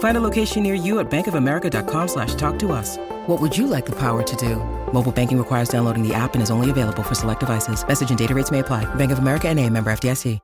Find a location near you at bankofamerica.com slash talk to us. What would you like the power to do? Mobile banking requires downloading the app and is only available for select devices. Message and data rates may apply. Bank of America and a member FDIC.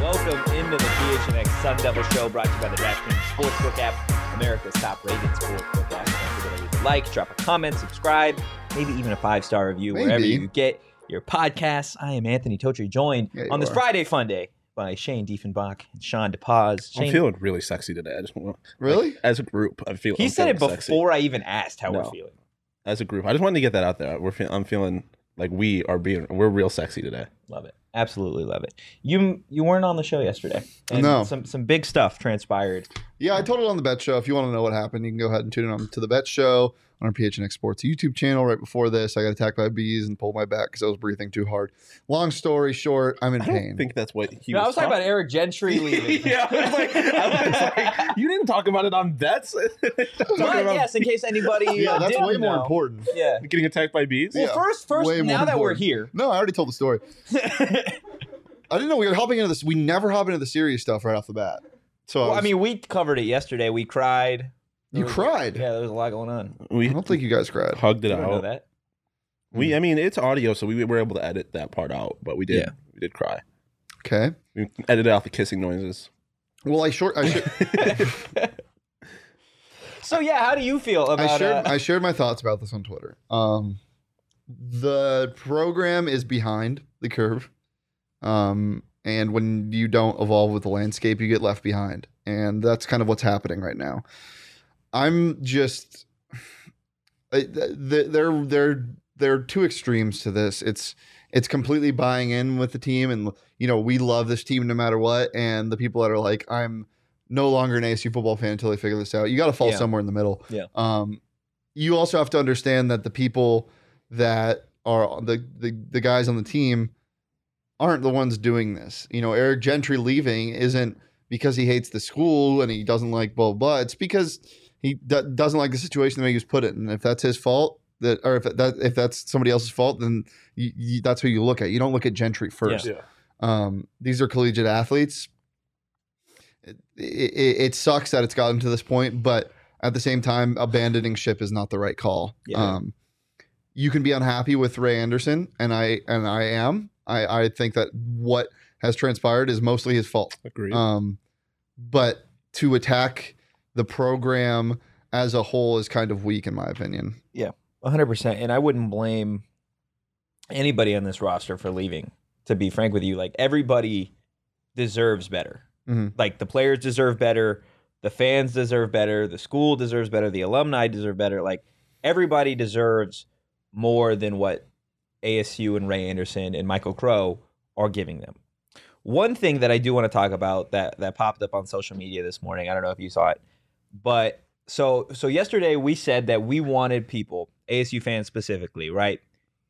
Welcome into the PHNX Sun Devil Show, brought to you by the DraftKings Sportsbook app, America's top-rated sportsbook app. Don't forget to leave a like, drop a comment, subscribe, maybe even a five-star review wherever Maybe. you get your podcasts. I am Anthony Totri, joined Yeah, you on this are. Friday Fun Day by Shane Diefenbach and Sean DePaz. Shane, I'm feeling really sexy today. I just want Really? as a group. I feel he I'm said it feeling sexy. before I even asked how we're No. feeling. As a group, I just wanted to get that out there. We're feel, I'm feeling like we are being we're real sexy today. Love it. Absolutely love it. You you weren't on the show yesterday. No. Some some big stuff transpired. Yeah, I told it on the Bet Show. If you want to know what happened, you can go ahead and tune in to the Bet Show on our PHNX Sports YouTube channel. Right before this, I got attacked by bees and pulled my back because I was breathing too hard. Long story short, I'm in I pain. don't think that's what he. No, was I was talking about Eric Gentry leaving. yeah, I was, like, I was like, you didn't talk about it on vets. Talking But about yes, in case anybody yeah, uh, that's didn't way more know. important. Yeah. getting attacked by bees. Well, Yeah, first, first, way more now that we're important. here, No, I already told the story. I didn't know we were hopping into this. We never hop into the serious stuff right off the bat. So well, was- I mean, we covered it yesterday. We cried. There you was- cried. Yeah, there was a lot going on. We I don't think you guys cried. hugged it You don't know out. that. We, I mean, it's audio, so we were able to edit that part out. But we did, Yeah. we did cry. Okay. We edited out the kissing noises. Well, I short. I, sh- So yeah, how do you feel about? I shared, uh, I shared my thoughts about this on Twitter. Um, the program is behind the curve. Um, and when you don't evolve with the landscape, you get left behind. And that's kind of what's happening right now. I'm just I- Uh, th- th- there there there are two extremes to this. It's it's completely buying in with the team and you know, we love this team no matter what and the people that are like I'm no longer an ASU football fan until they figure this out. You got to fall Yeah. somewhere in the middle. Yeah. Um you also have to understand that the people that are the the, the guys on the team aren't the ones doing this. You know, Eric Gentry leaving isn't because he hates the school and he doesn't like blah blah. blah. It's because he d- doesn't like the situation that he was put in. And if that's his fault, that or if that if that's somebody else's fault, then you, you, that's who you look at. You don't look at Gentry first. Yeah. Um, these are collegiate athletes. It, it, it sucks that it's gotten to this point, but at the same time, abandoning ship is not the right call. Yeah. Um, you can be unhappy with Ray Anderson, and I and I am. I, I think that what has transpired is mostly his fault. Agreed. Um, but to attack the program as a whole is kind of weak, in my opinion. 100% and i wouldn't blame anybody on this roster for leaving to be frank with you like everybody deserves better Mhm. like the players deserve better the fans deserve better the school deserves better the alumni deserve better like everybody deserves more than what asu and ray anderson and michael crow are giving them one thing that i do want to talk about that that popped up on social media this morning i don't know if you saw it but so so yesterday we said that we wanted people, ASU fans specifically, right?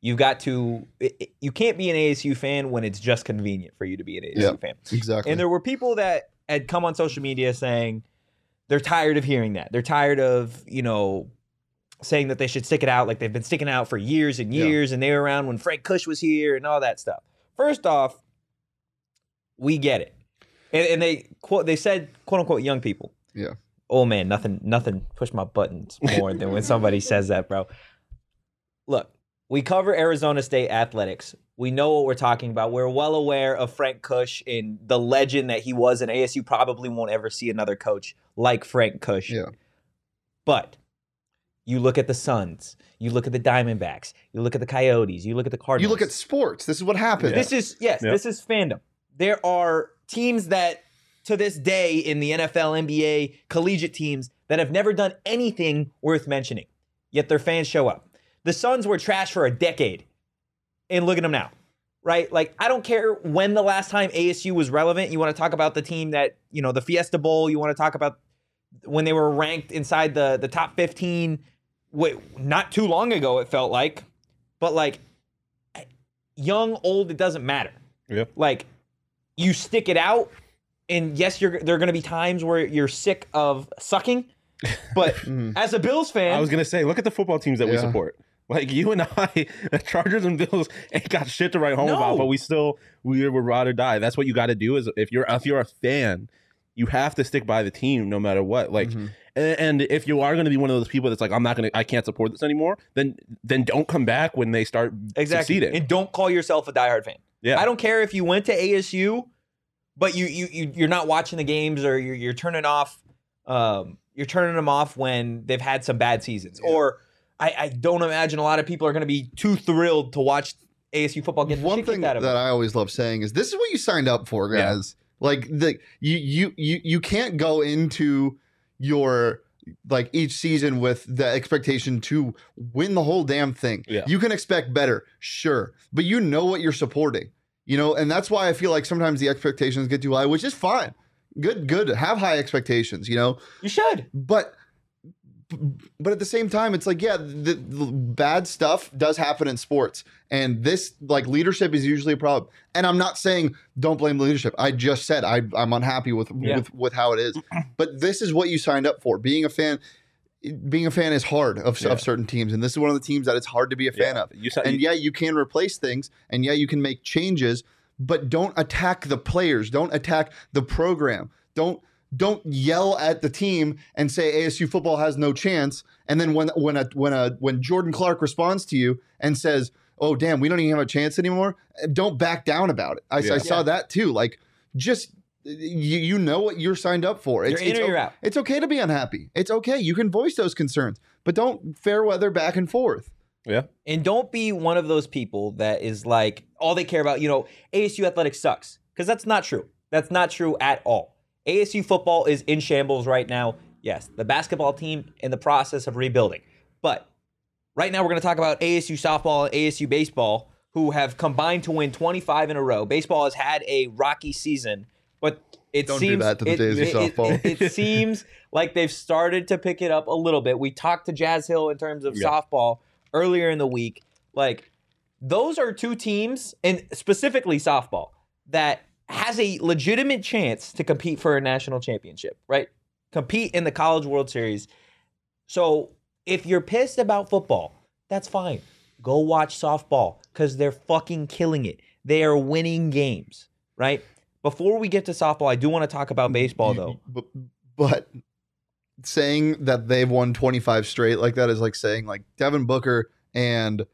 You've got to it- it- you can't be an ASU fan when it's just convenient for you to be an ASU Yep. fan. Exactly. And there were people that had come on social media saying they're tired of hearing that. They're tired of, you know, saying that they should stick it out like they've been sticking out for years and Yeah. years and they were around when Frank Cush was here and all that stuff. First off, we get it. And, and they quote they said quote unquote young people. Yeah. Oh man, nothing nothing push my buttons more than when somebody says that, bro. Look, We cover Arizona State athletics. We know what we're talking about. We're well aware of Frank Cush and the legend that he was, and ASU probably won't ever see another coach like Frank Cush. Yeah. But you look at the Suns, you look at the Diamondbacks, you look at the Coyotes, you look at the You Cardinals. look at sports. This is what happens. This is yes, Yeah. this is fandom. There are teams that to this day in the NFL, NBA, collegiate teams that have never done anything worth mentioning. Yet their fans show up. The Suns were trash for a decade. And look at them now. Right? Like I don't care when the last time ASU was relevant. You want to talk about the team that, you know, the Fiesta Bowl, you want to talk about when they were ranked inside the the top 15 wait, not too long ago it felt like. But like young, old, it doesn't matter. Yep. Like you stick it out, and yes, you're there are going to be times where you're sick of sucking, but as a Bills fan, Mm-hmm. I was gonna say, look at the football teams that we Yeah. support. Like you and I, the Chargers and Bills, ain't got shit to write home No. about, but we still we were ride or die. That's what you got to do. Is if you're if you're a fan, you have to stick by the team no matter what. Like, Mhm. a- and if you are going to be one of those people that's like, I'm not gonna, I can't support this anymore, then then don't come back when they start exactly, succeeding. and don't call yourself a diehard fan. yeah, I don't care if you went to ASU, but you you, you you're not watching the games or you're, you're turning off um you're turning them off when they've had some bad seasons. Or I, I don't imagine a lot of people are going to be too thrilled to watch ASU football get the One shit kicked thing out that, of them. I always love saying is this is what you signed up for, Yeah. guys. Like the you you you you can't go into your like each season with the expectation to win the whole damn thing. Yeah. You can expect better, sure, but you know what you're supporting. You know, and that's why I feel like sometimes the expectations get too high, which is fine. Good, good. Have high expectations, you know you should. but but at the same time it's like yeah the, the bad stuff does happen in sports and this like leadership is usually a problem and i'm not saying don't blame leadership i just said I, i'm unhappy with, Yeah. with with how it is but this is what you signed up for being a fan being a fan is hard of, Yeah. of certain teams and this is one of the teams that it's hard to be a fan Yeah. of You, said- and yeah, you can replace things, and yeah, you can make changes, but don't attack the players. Don't attack the program. Don't don't yell at the team and say ASU football has no chance. And then when when a when a when Jordan Clark responds to you and says, "Oh damn, we don't even have a chance anymore," don't back down about it. I, I Yeah. saw Yeah. that too. Like just. You, you know what you're signed up for. You're in or o- you're out. It's okay to be unhappy. It's okay. You can voice those concerns, but don't fair weather back and forth. yeah, And don't be one of those people that is like all they care about, you know, ASU athletics sucks. Because that's not true. That's not true at all. ASU football is in shambles right now. Yes, the basketball team in the process of rebuilding. But right now we're going to talk about ASU softball and ASU baseball, who have combined to win 25 in a row. Baseball has had a rocky season, but it Don't do seems that to the it- days of it- it- softball. it- it seems like they've started to pick it up a little bit. We talked to Jazz Hill in terms of Yeah. softball earlier in the week. Like those are two teams, and specifically softball, that has a legitimate chance to compete for a national championship, right? Compete in the College World Series. So if you're pissed about football, that's fine. Go watch softball because they're fucking killing it. They are winning games, right? Before we get to softball, I do want to talk about baseball You- though. But, but saying that they've won 25 straight like that is like saying like Devin Booker and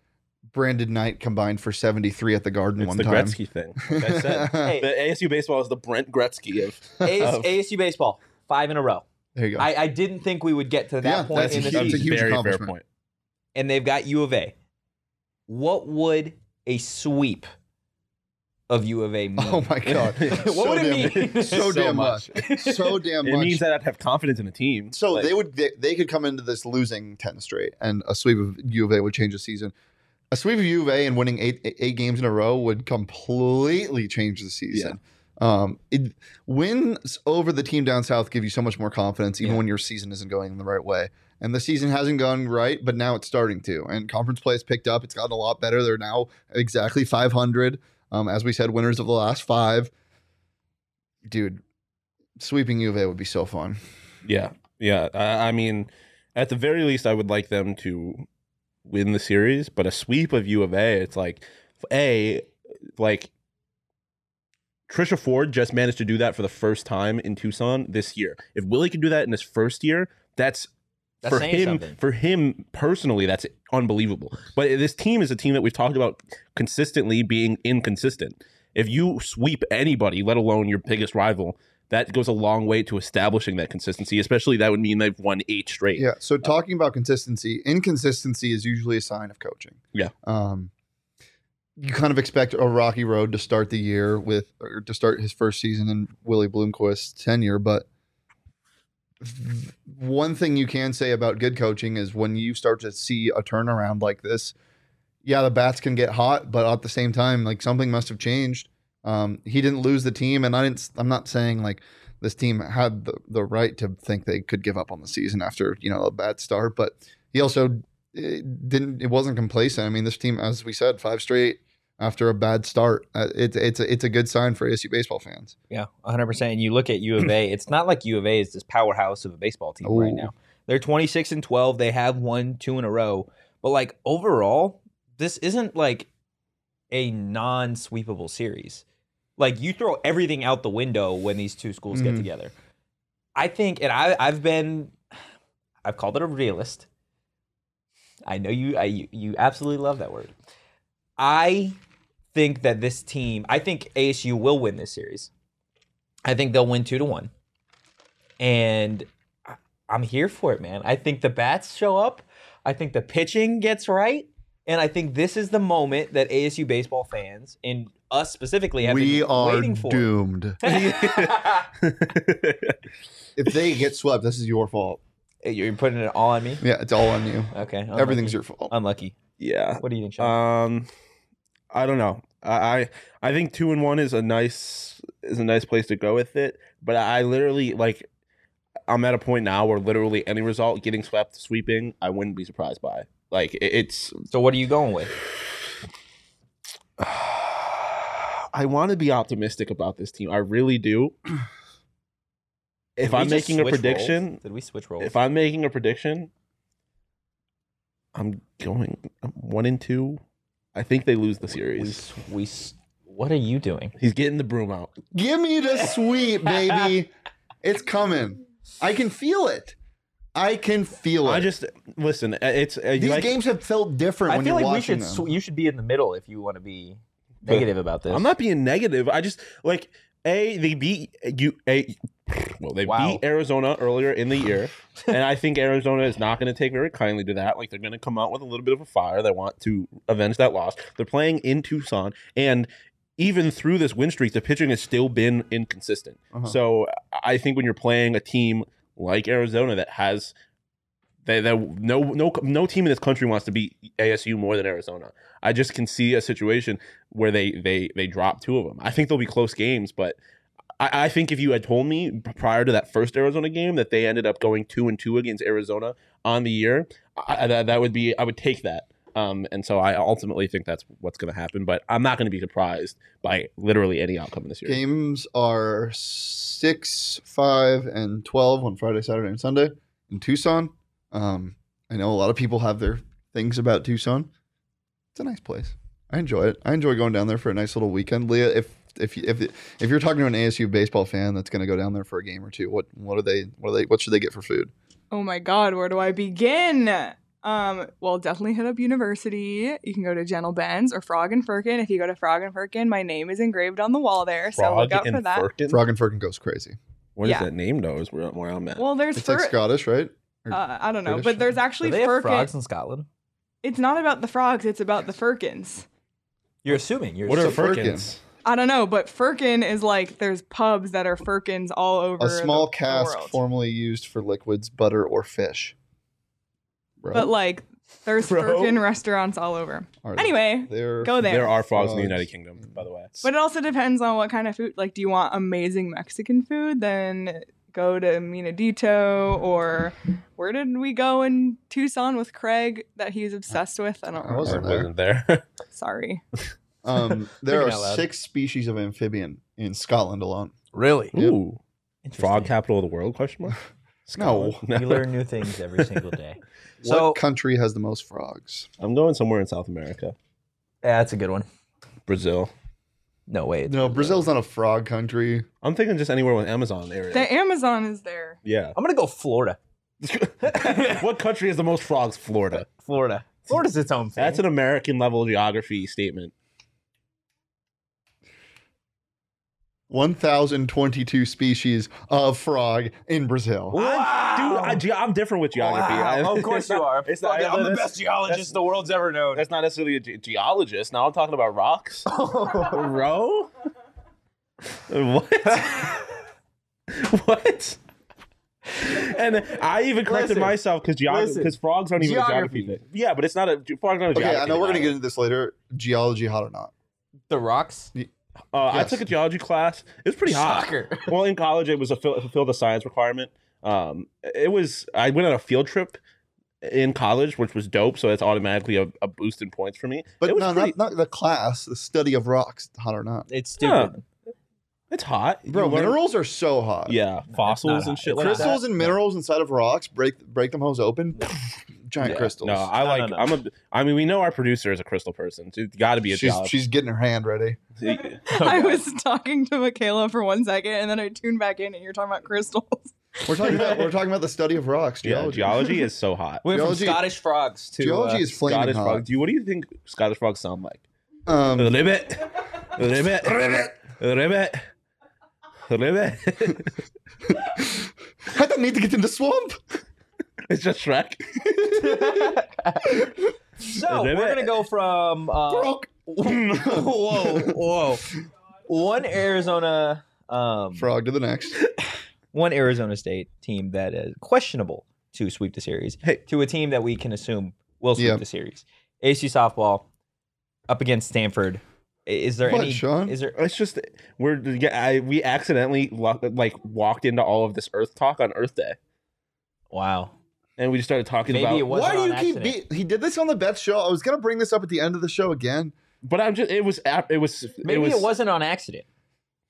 Brandon Knight combined for 73 at the Garden it's one the time. Gretzky thing. Like I said. Hey, the ASU baseball is the Brent Gretzky of AS, Oh. ASU baseball, five in a row. there you go. I, I didn't think we would get to that Yeah, point that's in the huge. season. That's a huge very fair accomplishment. point. And they've got U of A. What would a sweep of U of A mean? oh my god. What So would it damn- mean? So, So damn much. much. So damn It much. means that I'd have confidence in the team. so Like, they would they, they could come into this losing 10 straight and a sweep of U of A would change the season. A sweep of U of A and winning eight eight games in a row would completely change the season. Um, it, wins over the team down south give you so much more confidence, even Yeah. when your season isn't going the right way. And the season hasn't gone right, but now it's starting to. And conference play has picked up; it's gotten a lot better. They're now exactly 500. Um, as we said, winners of the last five. Dude, sweeping U of A would be so fun. yeah, yeah. I, I mean, at the very least, I would like them to win the series, but a sweep of U of A, it's like a like Trisha Ford just managed to do that for the first time in Tucson this year. If Willie can do that in his first year, that's That's for saying him, something. for him personally, that's unbelievable. But this team is a team that we've talked about consistently being inconsistent. If you sweep anybody, let alone your biggest rival, that goes a long way to establishing that consistency. Especially that would mean they've won eight straight. Yeah. So talking about consistency, inconsistency is usually a sign of coaching. Yeah. Um, you kind of expect a rocky road to start the year with, or to start his first season in Willie Bloomquist's tenure, but one thing you can say about good coaching is when you start to see a turnaround like this, yeah, the bats can get hot, but at the same time, like something must have changed. Um, he didn't lose the team, and I didn't. I'm not saying like this team had the, the right to think they could give up on the season after you know a bad start, but he also eh, didn't. It wasn't complacent. I mean, this team, as we said, five straight after a bad start. Uh, it's it's a, it's a good sign for ASU baseball fans. Yeah, 100%. And you look at U of A, it's not like U of A is this powerhouse of a baseball team right Ooh. now. They're 26 and 12. They have won two in a row. But like overall, this isn't like a non sweepable series. Like you throw everything out the window when these two schools get Mhm. together. I think, and I, I've been, I've called it a realist. I know you, I, you, you absolutely love that word. I think that this team, I think ASU will win this series. I think they'll win two to one. And I- I'm here for it, man. I think the bats show up. I think the pitching gets right. And I think this is the moment that ASU baseball fans and us specifically have we been are waiting for. doomed. if they get swept, this is your fault. You're putting it all on me? Yeah, it's all on you. Okay. unlucky. Everything's your fault. unlucky. yeah. What do you think, Sean? Um, I don't know. I I- I think two and one is a nice is a nice place to go with it. But I literally like I'm at a point now where literally any result getting swept, sweeping, I wouldn't be surprised by. Like it- it's, Um, so what are you going with? I want to be optimistic about this team. I really do. Did If we I'm just making a switch roles? prediction, Did we switch roles? if I'm making a prediction, I'm going I'm one and two. I think they lose the we, series. s- we, s- what are you doing? He's getting the broom out. Give me the sweep, baby. It's coming. I can feel it. I can feel it. I just listen. uh, It's uh, These like, games have felt different I when feel you're like we watching should. them. Sw- you should be in the middle if you want to be But- negative about this. I'm not being negative. I just like a they beat you a well they Wow. beat Arizona earlier in the year, and I think Arizona is not going to take very kindly to that. Like they're going to come out with a little bit of a fire. They want to avenge that loss. They're playing in Tucson, and even through this win streak, the pitching has still been inconsistent. Uh-huh. So I think when you're playing a team like Arizona that has that, that no no no team in this country wants to beat ASU more than Arizona. I just can see a situation where they they they drop two of them. I think they'll be close games, but I, I think if you had told me prior to that first Arizona game that they ended up going two and two against Arizona on the year, I, I- that that would be I would take that. Um, and so I ultimately think that's what's going to happen, but I'm not going to be surprised by literally any outcome this year. Games are six, five, and twelve on Friday, Saturday, and Sunday in Tucson. Um, I know a lot of people have their things about Tucson. It's a nice place. I enjoy it. I enjoy going down there for a nice little weekend. Leah, if if you- if if you're talking to an ASU baseball fan that's going to go down there for a game or two, what what are they what are they what should they get for food? Oh my god, where do I begin? Um, well, definitely hit up university. You can go to Gentle Benz or Frog and Firkin. If you go to Frog and Firkin, my name is engraved on the wall there, so look Frog out for and that. Firkin? Frog and Firkin goes crazy. What is Yeah. that name though? Is where, where I'm at. Well, there's It's like fir- Scottish, right? Or- uh, I don't know, British? but there's Do actually they have Firkin. frogs in Scotland? It's not about the frogs; it's about the Firkins. You're assuming. You're what are it's a firkin. firkins? I don't know, but Firkin is like there's pubs that are Firkins all over a small the, the cask world. formerly used for liquids, butter, or fish. Bro. But like, there's Bro. Firkin restaurants all over. Are they- Anyway, they're go there. There are frogs in the Frogs. United Kingdom, by the way. But it also depends on what kind of food. Like, do you want amazing Mexican food? Then go to Minadito or where did we go in Tucson with Craig that he's obsessed with? I don't I remember. I wasn't there. wasn't there. Sorry. Um, there are Thinking out loud. six species of amphibian in Scotland alone. really Ooh, Interesting. frog capital of the world? Question mark. Scotland? You learn new things every single day. So what country has the most frogs? I'm going somewhere in South America, Yeah, that's a good one. Brazil. No wait. No, uh, Brazil's not a frog country. I'm thinking just anywhere with Amazon area. The Amazon is there. yeah, I'm gonna go Florida. what country has the most frogs? Florida. Florida. Florida's its own thing. That's an American level geography statement. 1,022 species of frog in Brazil. I'm, dude, I, ge- I'm different with geography. I- Wow, of course it's not- you are. It's not, Fuck it, I'm the that's- best geologist the world's ever known. That's not necessarily a ge- geologist. Now I'm talking about rocks. Bro? what? what? And I even corrected Listen, myself because geography, listen. because frogs aren't even a Geography. geography thing. Yeah, but it's not a ge- frogs aren't a Okay, geography. I know we're thing gonna get into this later. Geology, hot or not? The rocks. Uh, I Yes. took a geology class. It was pretty hot. Shocker. well, in college, it was a fill, fulfill the science requirement. Um, it was. I went on a field trip in college, which was dope. So that's automatically a, a boost in points for me. But it was no, pretty- not, not the class. The study of rocks, hot or not? It's Huh. stupid. It's hot, You Bro, learn- minerals are so hot. Yeah, fossils and shit like that. crystals and minerals inside of rocks break break them hoes open. Giant Yeah. crystals. No, I No, like. no, no. I'm a. I mean, we know our producer is a crystal person. So it's got to be a she's job. she's getting her hand ready. I was talking to Michaela for one second, and then I tuned back in, and you're talking about crystals. We're talking about we're talking about the study of rocks. yeah, Geology. geology is so hot. Went from Geology- Scottish frogs to Geology uh, is flaming Scottish hot. frogs. Do you, what do you think Scottish frogs sound like? Um, Ribbit. Ribbit. Ribbit. Ribbit. Ribbit. I don't need to get in the swamp. It's just Shrek. So we're gonna go from uh, Frog. whoa, whoa, one Arizona, um, Frog to the next. one Arizona State team that is questionable to sweep the series Hey. to a team that we can assume will sweep Yeah. the series. ASU softball up against Stanford. I- Is there What, any? Sean? Is there? It's just we're yeah, I, we accidentally lo- like walked into all of this Earth talk on Earth Day, Wow. and we just started talking Maybe about. it wasn't Why do on you accident. keep? Be- he did this on the Beth show. I was gonna bring this up at the end of the show again. But I'm just it was ap- it was Maybe it was not on accident.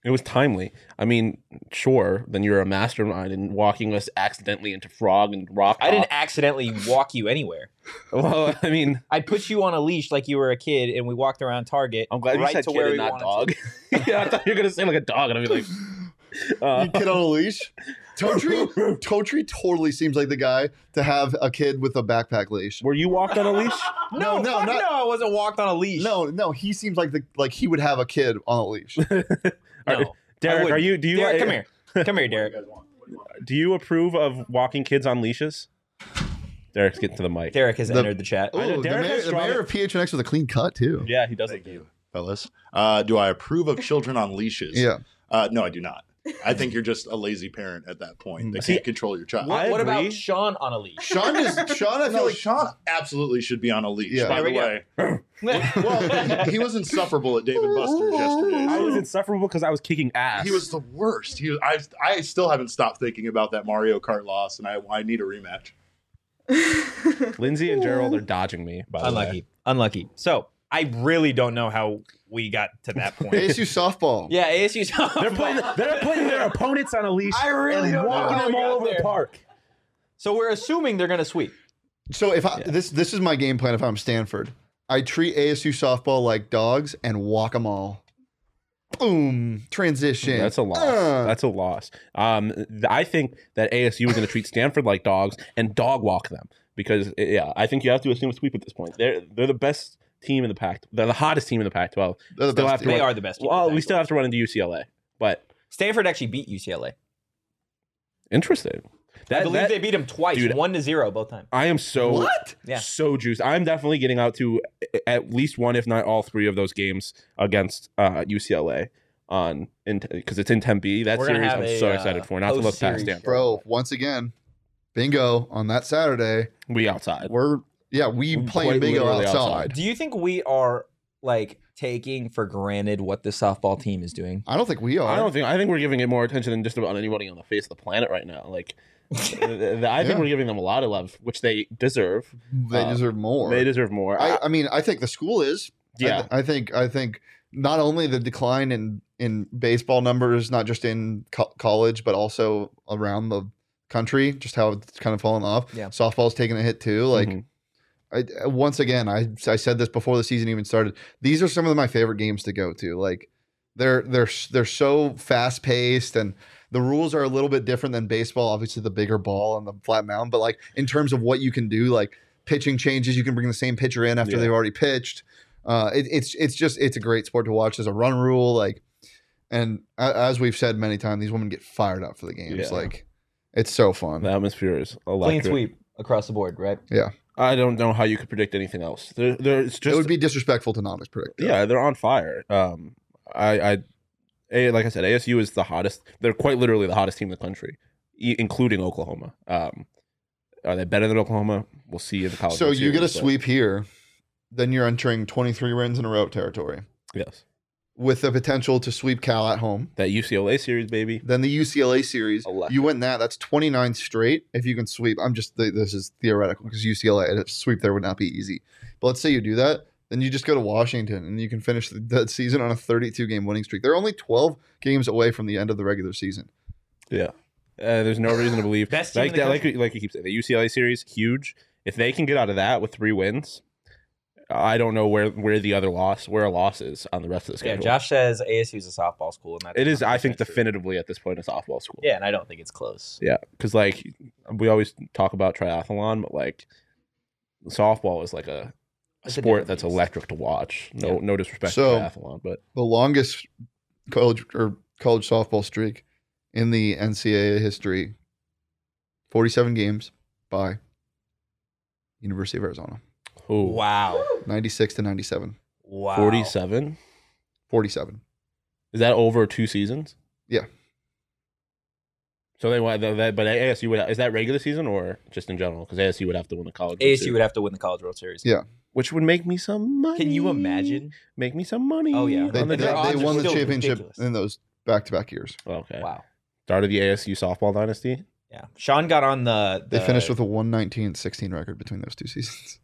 it was timely. I mean, sure, then you're a mastermind in walking us accidentally into frog and rock. I didn't Talk. accidentally walk you anywhere. Well, I mean, I put you on a leash like you were a kid, and we walked around Target. I'm glad right you said to kid where and we not wanted dog. to. yeah, I thought you were gonna say like a dog, and I'd be like, uh, You kid on a leash. Totri, Totri totally seems like the guy to have a kid with a backpack leash. were you walked on a leash? No, no, fuck not- no. I wasn't walked on a leash. No, no, he seems like the like he would have a kid on a leash. No, Are- I Derek, are wouldn't. you? Do you? Derek, uh, come here. Come here, Derek. Do you approve of walking kids on leashes? Derek's getting to the mic. Derek has The- entered the chat. I know Ooh, the, Derek mayor, has the mayor strong- of PHNX with a clean cut too. Yeah, he does it. fellas. Uh, do I approve of children on leashes? Yeah. Uh, no, I do not. I think you're just a lazy parent at that point Mm. that See, can't control your child. I What agree. about Sean on a leash? Sean is Sean. I feel No, like Sean absolutely should be on a leash. Yeah. By There the we go. way, well, he, he was insufferable at Dave and Buster's yesterday. I was insufferable because I was kicking ass. he was the worst. He was, I, I still haven't stopped thinking about that Mario Kart loss, and I, I need a rematch. Lindsay and Gerald are dodging me. By the way. Unlucky. Unlucky. So I really don't know how we got to that point. ASU softball. yeah, ASU's. They're putting they're putting their opponents on a leash I really and don't know walking how them we all got over there. the park. So we're assuming they're gonna sweep. So if I, this this is my game plan if I'm Stanford, I treat ASU softball like dogs and walk them all. Boom. Transition. That's a loss. Uh, That's a loss. Um, th- I think that ASU is going to treat Stanford like dogs and dog walk them because i- yeah, I think you have to assume a sweep at this point. They're they're the best team in the pack. They're the hottest team in the Pac-12. They're the Still best have to team. They run- are the best. team in Well, the we Pac-12. still have to run into UCLA, but Stanford actually beat UCLA. interesting. That, I believe that- they beat them twice, Dude. one to zero both times. I am so what? Yeah. so juiced. I'm definitely getting out to a- at least one, if not all three of those games against uh, UCLA on in because it's in Tempe. That We're gonna series have I'm a, so uh, excited for. Not to host look past series. Stanford. Bro, once again, bingo on that Saturday. We outside. We're yeah, we Quite playing bingo literally outside. outside. Do you think we are like taking for granted what the softball team is doing? I don't think we are. I don't think I think we're giving it more attention than just about anybody on the face of the planet right now. Like, th- th- I think Yeah. we're giving them a lot of love, which they deserve. they uh, deserve more. They deserve more. I, I- I mean, I think the school is. I yeah, th- I, think I think not only the decline in in baseball numbers, not just in co- college, but also around the country, just how it's kind of fallen off. Yeah. softball's taking a hit too. Like Mhm. I, once again, I I said this before the season even started. These are some of my favorite games to go to. Like they're they're s- they're so fast paced and The rules are a little bit different than baseball. Obviously, the bigger ball and the flat mound, but like in terms of what you can do, like pitching changes, you can bring the same pitcher in after Yeah. they've already pitched. Uh, it, it's it's just it's a great sport to watch. There's a run rule, like, and a- as we've said many times, these women get fired up for the games. Yeah. Like, it's so fun. The atmosphere is Clean electric. sweep across the board, right? I don't know how you could predict anything else. There, there, it's just it would be disrespectful to not predict. that. yeah, they're on fire. Um, I, I, A- like I said, ASU is the hottest. They're quite literally the hottest team in the country, e- including Oklahoma. Um, are they better than Oklahoma? We'll see in the college. So World you get a Series, but- sweep here, then you're entering 23 wins in a row territory Yes, with the potential to sweep Cal at home. that UCLA series, baby. Then the UCLA series, Electric. you win that. That's 29 straight. If you can sweep, I'm just th- this is theoretical because UCLA a sweep there would not be easy. But let's say you do that, then you just go to Washington and you can finish the, the season on a 32 game winning streak. They're only 12 games away from the end of the regular season. Yeah. Uh, there's no reason to believe Best team like in the that. Like country. we- like you keep saying, the UCLA series huge. If they can get out of that with three wins, I don't know where where the other loss where a loss is on the rest of the Yeah, schedule. Josh says ASU's a softball school, and that's it is. I 100% think true. definitively at this point a softball school. Yeah, and I don't think it's close. Yeah, because like we always talk about triathlon, but like softball is like a It's a sport different that's beast. electric to watch. No, Yeah. no disrespect So- to triathlon, but The longest college or college softball streak in the NCAA history, 47 games by University of Arizona. who Wow. 96 to 97. Wow. forty-seven 47. is that over two seasons? Yeah. So they want that, but ASU would is that regular season or just in general? Because ASU would have to win the college. World ASU Series, would have to win the College World Series. Yeah. which would make me some money. Can you imagine? Make me some money. Oh, yeah. They, on the they, their draft. they odds are won the still championship ridiculous. in those back to back years. okay. Wow. Started the ASU softball dynasty. Yeah. Sean got on the. They the- finished with a 119 16 record between those two seasons.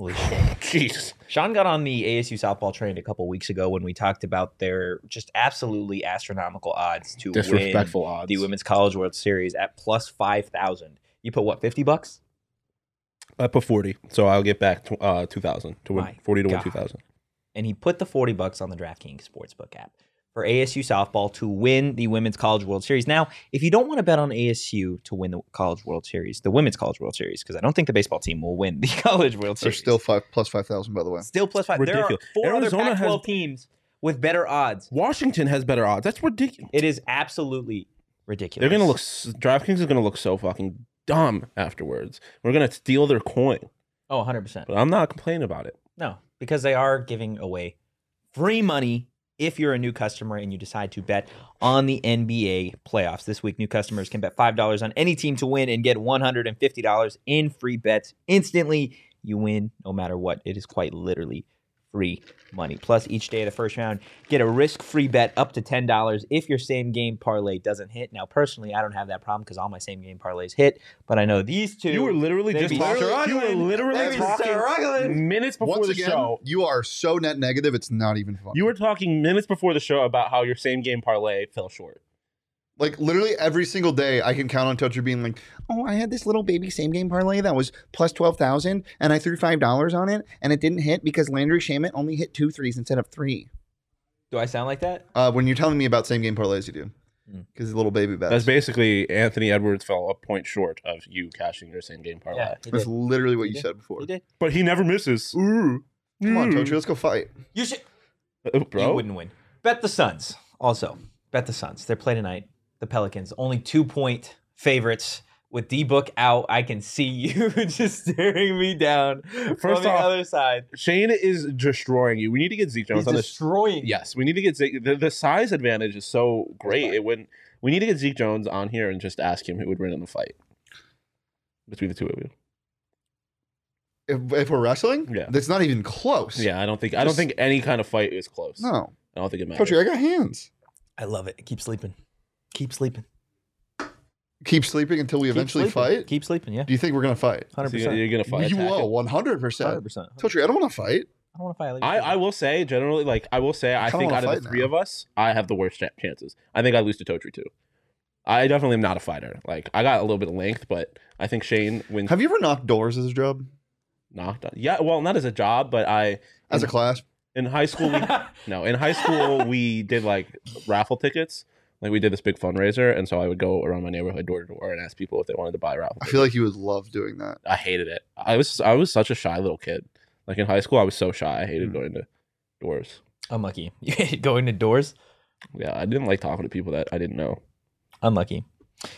Holy shit. Jeez. Sean got on the ASU softball train a couple weeks ago when we talked about their just absolutely astronomical odds to win Disrespectful odds. the Women's College World Series at plus 5,000. You put what, 50 bucks? I put forty, so I'll get back to, uh, two thousand to win My forty to win God. two thousand. And he put the 40 bucks on the DraftKings Sportsbook app for ASU softball to win the Women's College World Series. Now, if you don't want to bet on ASU to win the College World Series, the Women's College World Series, because I don't think the baseball team will win the College World They're Series. still five plus 5,000, by the way. still plus five. Ridiculous. There are four Arizona other has- Pac-12 teams with better odds. Washington has better odds. That's ridiculous. It is absolutely ridiculous. They're gonna look. s- DraftKings is gonna look so fucking dumb afterwards. We're gonna steal their coin. Oh, 100%. But I'm not complaining about it. No, because they are giving away free money if you're a new customer and you decide to bet on the NBA playoffs. This week, new customers can bet $5 on any team to win and get $150 in free bets instantly. You win no matter what. It is quite literally free money. Plus, each day of the first round, get a risk free bet up to $10 if your same game parlay doesn't hit. Now, personally, I don't have that problem because all my same game parlays hit, but I know these two. You were literally They just be talking. You were struggling. literally They be talking struggling. minutes before Once the again, show. you are so net negative, it's not even fun. You were talking minutes before the show about how your same game parlay fell short. like literally every single day, I can count on Toucher being like, oh, I had this little baby same game parlay that was plus 12,000, and I threw $5 on it, and it didn't hit because Landry Shamit only hit two threes instead of three. Do I sound like that? Uh, when you're telling me about same game parlays, you do. Mm. Because he's a little baby bets. That's basically Anthony Edwards fell a point short of you cashing your same game parlay. he That's did. literally what You you did. said before. He did. But he never misses. Ooh. Come Mm. on, Tochi, let's go fight. You should. Uh, Bro, You wouldn't win. Bet the Suns. Also, bet the Suns. They're play tonight. The Pelicans, only two point favorites. With D book out, I can see you just staring me down from First the off, other side. Shane is destroying you. We need to get Zeke Jones He's on this. destroying. Yes, we need to get Zeke. The, the size advantage is so great. It wouldn't. We need to get Zeke Jones on here and just ask him who would win in the fight between the two of you. If, if we're wrestling, Yeah. that's not even close. Yeah, I don't think. I don't Just- think any kind of fight is close. No. I don't think it matters. Tochi, I got hands. I love it. Keep sleeping. Keep sleeping. Keep sleeping until we Keep eventually sleeping. fight. Keep sleeping. Yeah, Do you think we're going to fight? hundred So you're, percent. you're gonna fight. you attack will, him. 100%. Hundred percent. I Tochi, I don't want to fight. don't want to fight. I, I will say generally, like I will say, I, kinda think wanna out of the fight three now. of us, I have the worst cha- chances. I think I lose to Totri too. I definitely am not a fighter. Like I got a little bit of length, but I think Shane wins. Have you ever knocked doors as a job? knocked on. Yeah, well, not as a job, but I As a Mm. class? in high school we no in high school we did like raffle tickets Like we did this big fundraiser, and so I would go around my neighborhood door to door and ask people if they wanted to buy raffle. I feel like you would love doing that. I hated it. I was I was such a shy little kid. Like in high school, I was so shy. I Mm. hated going to doors. Unlucky. Going to doors? Yeah, I didn't like talking to people that I didn't know. Unlucky.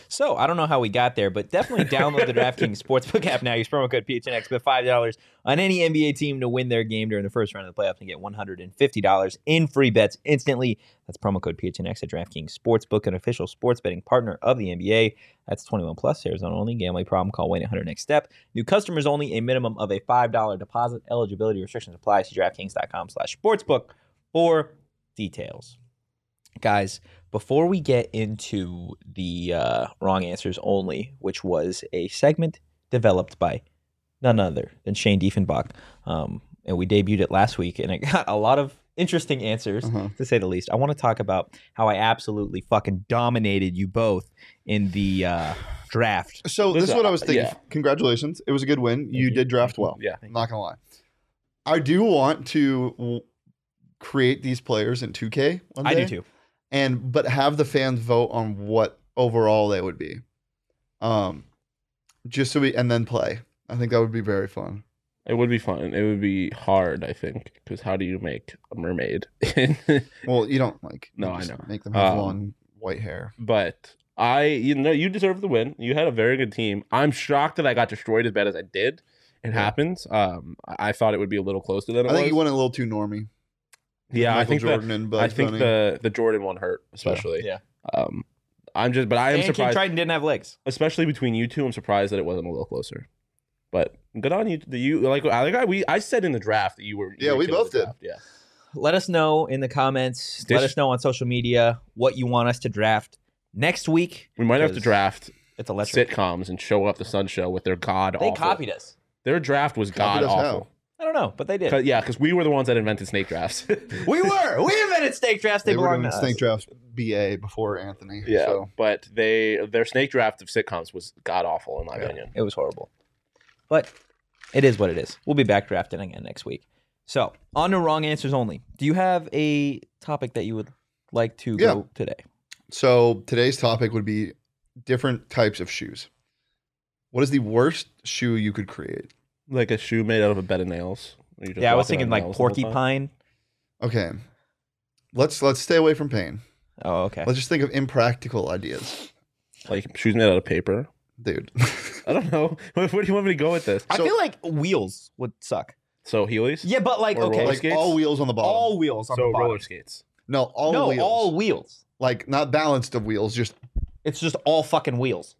So I don't know how we got there, but definitely download the DraftKings Sportsbook app now. Use promo code PHNX, bet five dollars on any NBA team to win their game during the first round of the playoffs and get one hundred and fifty dollars in free bets instantly. That's promo code PHNX at DraftKings Sportsbook, an official sports betting partner of the NBA. That's twenty one plus. Arizona only. Gambling problem? Call one eight hundred Next Step. New customers only. A minimum of a five dollar deposit. Eligibility restrictions apply. See DraftKings.com/sportsbook for details, guys before we get into the uh, wrong answers only, which was a segment developed by none other than Shane Diefenbach, um, and we debuted it last week, and it got a lot of interesting answers Uh-huh. to say the least. I want to talk about how I absolutely fucking dominated you both in the uh, draft. So this is Listen, what I was uh, thinking. yeah. Congratulations, it was a good win. You you. did draft well. Yeah. I'm not gonna lie. I do want to w- create these players in 2K. One I day, do too. and but have the fans vote on what overall they would be. Um, just so we and then play. I think that would be very fun. It would be fun. It would be hard, I think, because how do you make a mermaid? Well, you don't like you No, I just know. make them have Um, long white hair. but I, you know, you deserve the win. You had a very good team. I'm shocked that I got destroyed as bad as I did. It happens. Um, I I thought it would be a little closer than it I think was. you went a little too normy. yeah, I Michael think that- Jordan and Bugs I think Bunny. the the Jordan one hurt especially. Yeah. Um, I'm just, but I am and King surprised, Triton didn't have legs. especially between you two. I'm surprised that it wasn't a little closer. But good on you. The you like I like I we I said in the draft that you were. you Yeah, were we killing both the did. draft, Yeah. Let us know in the comments. Let Stitch- us know on social media what you want us to draft next week. We might have to Because draft It's electric. sitcoms and show up the Sun Show with their god. They awful. copied us. Their draft was Copied god us how? awful. I don't know, but they did. 'Cause- yeah, because we were the ones that invented snake drafts. We were. We invented snake drafts. They, They were belong doing to us. snake drafts BA before Anthony. yeah, So. but they their snake draft of sitcoms was god awful in my Yeah. opinion. It was horrible. But it is what it is. We'll be back drafting again next week. So, on to wrong answers only. Do you have a topic that you would like to go today? So today's topic would be different types of shoes. What is the worst shoe you could create? Like a shoe made out of a bed of nails. You just yeah, I was walking thinking on like nails the whole time. porcupine. Okay. Let's let's stay away from pain. Oh, okay. Let's just think of impractical ideas. like shoes made out of paper. Dude. I don't know. Where, where do you want me to go with this? I feel like wheels would suck. So Heelys? Yeah, but like Or okay, roller like skates? all wheels on the bottom. all wheels on So the bottom. roller skates. no, all no, wheels. all wheels. like not balanced of wheels, just It's just all fucking wheels.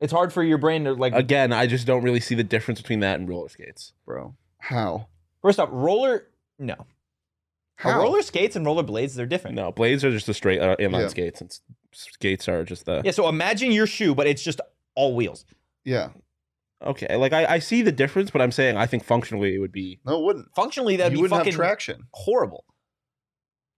It's hard for your brain to like. Again, I just don't really see the difference between that and roller skates. bro. How? First off, roller. No, How? roller skates and roller blades they're different. No, blades are just the straight uh, inline Yeah. skates, and s- skates are just the Yeah, so imagine your shoe, but it's just all wheels. Yeah. okay. Like I, I see the difference, but I'm saying I think functionally it would be. No, it wouldn't. Functionally, that'd you be wouldn't fucking have traction. horrible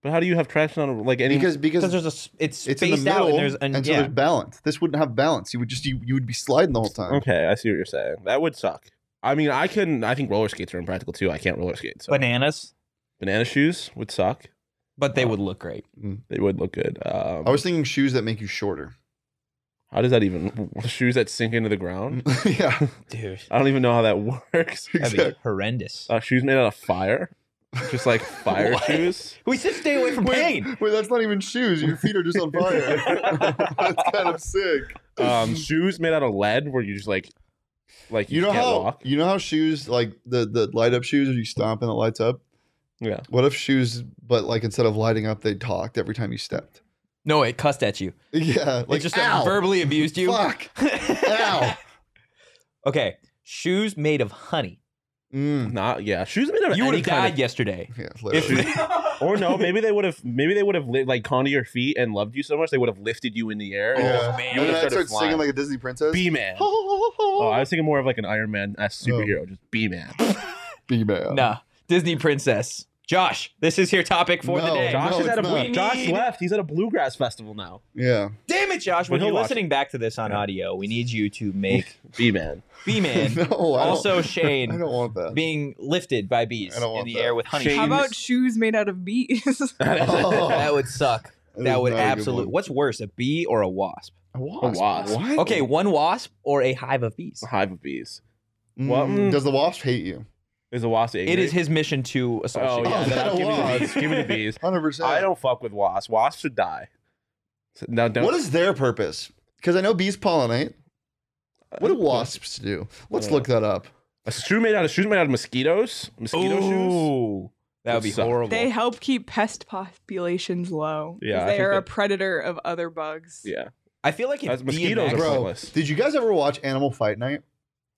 But how do you have traction on a, like any? Because because because there's a s- it's it's spaced in the middle out and there's an, and so yeah. there's balance. This wouldn't have balance. You would just you, you would be sliding the whole time. okay, I see what you're saying. That would suck. I mean, I can. I think roller skates are impractical too. I can't roller skate. So. bananas, Banana shoes would suck. but they would look great. They would look good. Um, I was thinking shoes that make you shorter. how does that even shoes that sink into the ground? yeah. Dude, I don't even know how that works. that'd be horrendous. Uh, shoes made out of fire, just like fire What? shoes. we said stay away from Wait, pain. Wait, that's not even shoes. Your feet are just on fire. that's kind of sick. Um, shoes made out of lead, where you just like, like you, You know can't how walk. you know how shoes like the the light up shoes, you stomp and it lights up. Yeah, What if shoes, but like instead of lighting up, they talked every time you stepped? No, it cussed at you. Yeah, like it just ow, verbally abused you. fuck, ow. okay, shoes made of honey. Mm. not yeah. Shoes made out of You would any have kind died of- yesterday. Yeah, If literally. or no, maybe they would have. Maybe they would have li- like gone to your feet and loved you so much they would have lifted you in the air. and yeah. man. just- you and would then I have start Oh, started singing flying. like a Disney princess. B man. Oh, I was thinking more of like an Iron Man as superhero, just B man. B man. nah, Disney princess. Josh, this is your topic for the No, day. Josh no, is it's at a not. blue- Josh Need- left. He's at a bluegrass festival now. Yeah. Damn it, Josh! But When he'll you're watch listening back to this on audio, we need you to make B man. B man No, I don't- also I Shane don't want that. being lifted by bees I don't in want the that. air with honey. Shane- How Shane- about shoes made out of bees? Oh. that would suck. that would absolutely. What's worse, a bee or a wasp? A wasp. wasp. What? Okay, one wasp or a hive of bees. A hive of bees. Mm, What? Does the wasp hate you? Is a wasp angry? It is his mission to Oh assault you. yeah, Oh, then that I'll give me the bees. wasp. Give me the bees. 100%. I don't fuck with wasps. Wasps should die. So- No, don't. What is their purpose? Because I know bees pollinate. What do wasps do? Let's Uh, Yeah. look that up. A shoe made out of shoes made out of mosquitoes. Mosquito shoes. Ooh, that would be Would suck. horrible. They help keep pest populations low. 'cause Yeah, I they think are a that- predator of other bugs. Yeah, I feel like if That's- Bee and mosquitoes are Max- That's Bro, pointless. did you guys ever watch Animal Fight Night?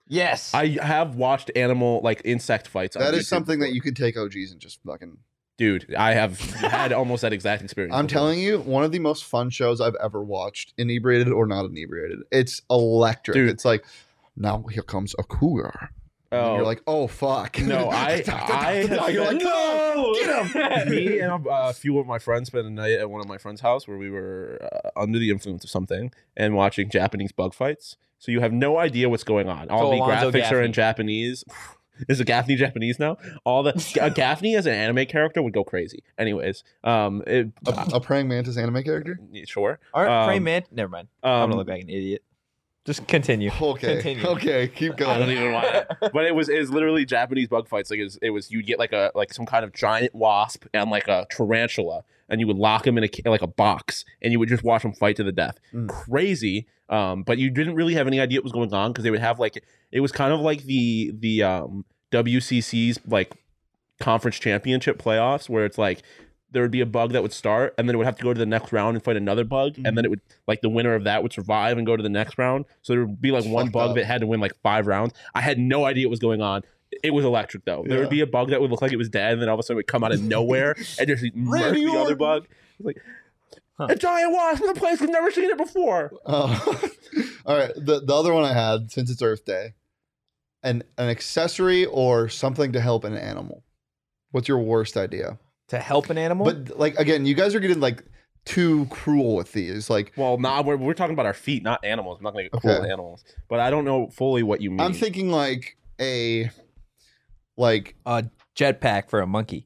yes, I have watched animal like insect fights. on That is YouTube something that before. you can take OGs and just fucking. dude. I have had almost that exact experience. I'm before. telling you, one of the most fun shows I've ever watched, inebriated or not inebriated. It's electric. Dude. It's like, now here comes a cougar. And Oh. you're like, oh fuck. No, I, I, You're like, no. get him. Me and uh, a few of my friends spent a night at one of my friends' house where we were uh, under the influence of something and watching Japanese bug fights. So you have no idea what's going on. All So the Alonzo graphics are Gaffney. in Japanese. Is it Gaffney Japanese now? All the uh, Gaffney as an anime character would go crazy. Anyways, um, it, A, a praying mantis anime character? yeah, sure. aren't um, praying man. Never mind. I'm Um, gonna look like an idiot. Just continue. Okay. Continue. Okay, keep I don't going. even want it. But it was is literally Japanese bug fights. Like it was, it was you'd get like a like some kind of giant wasp and like a tarantula, and you would lock them in a ca- like a box, and you would just watch them fight to the death. Mm. Crazy. Um, but you didn't really have any idea what was going on because they would have like it was kind of like the the um WCC's like conference championship playoffs where it's like there would be a bug that would start and then it would have to go to the next round and fight another bug and then it would like the winner of that would survive and go to the next round so there would be like It's one fucked bug up. that had to win like five rounds i had no idea what was going on it was electric though there Yeah. would be a bug that would look like it was dead and then all of a sudden it would come out of nowhere and just murder Randy the other Orton. bug It's like a giant wasp in a place we've never seen it before Uh, all right. The, the other one I had, since it's Earth Day, an, an accessory or something to help an animal. What's your worst idea? To help an animal, But like again, you guys are getting like too cruel with these. Like well nah we're, we're talking about our feet not animals i'm not gonna get cool Okay. with animals but i don't know fully what you mean I'm thinking like a like a jetpack for a monkey.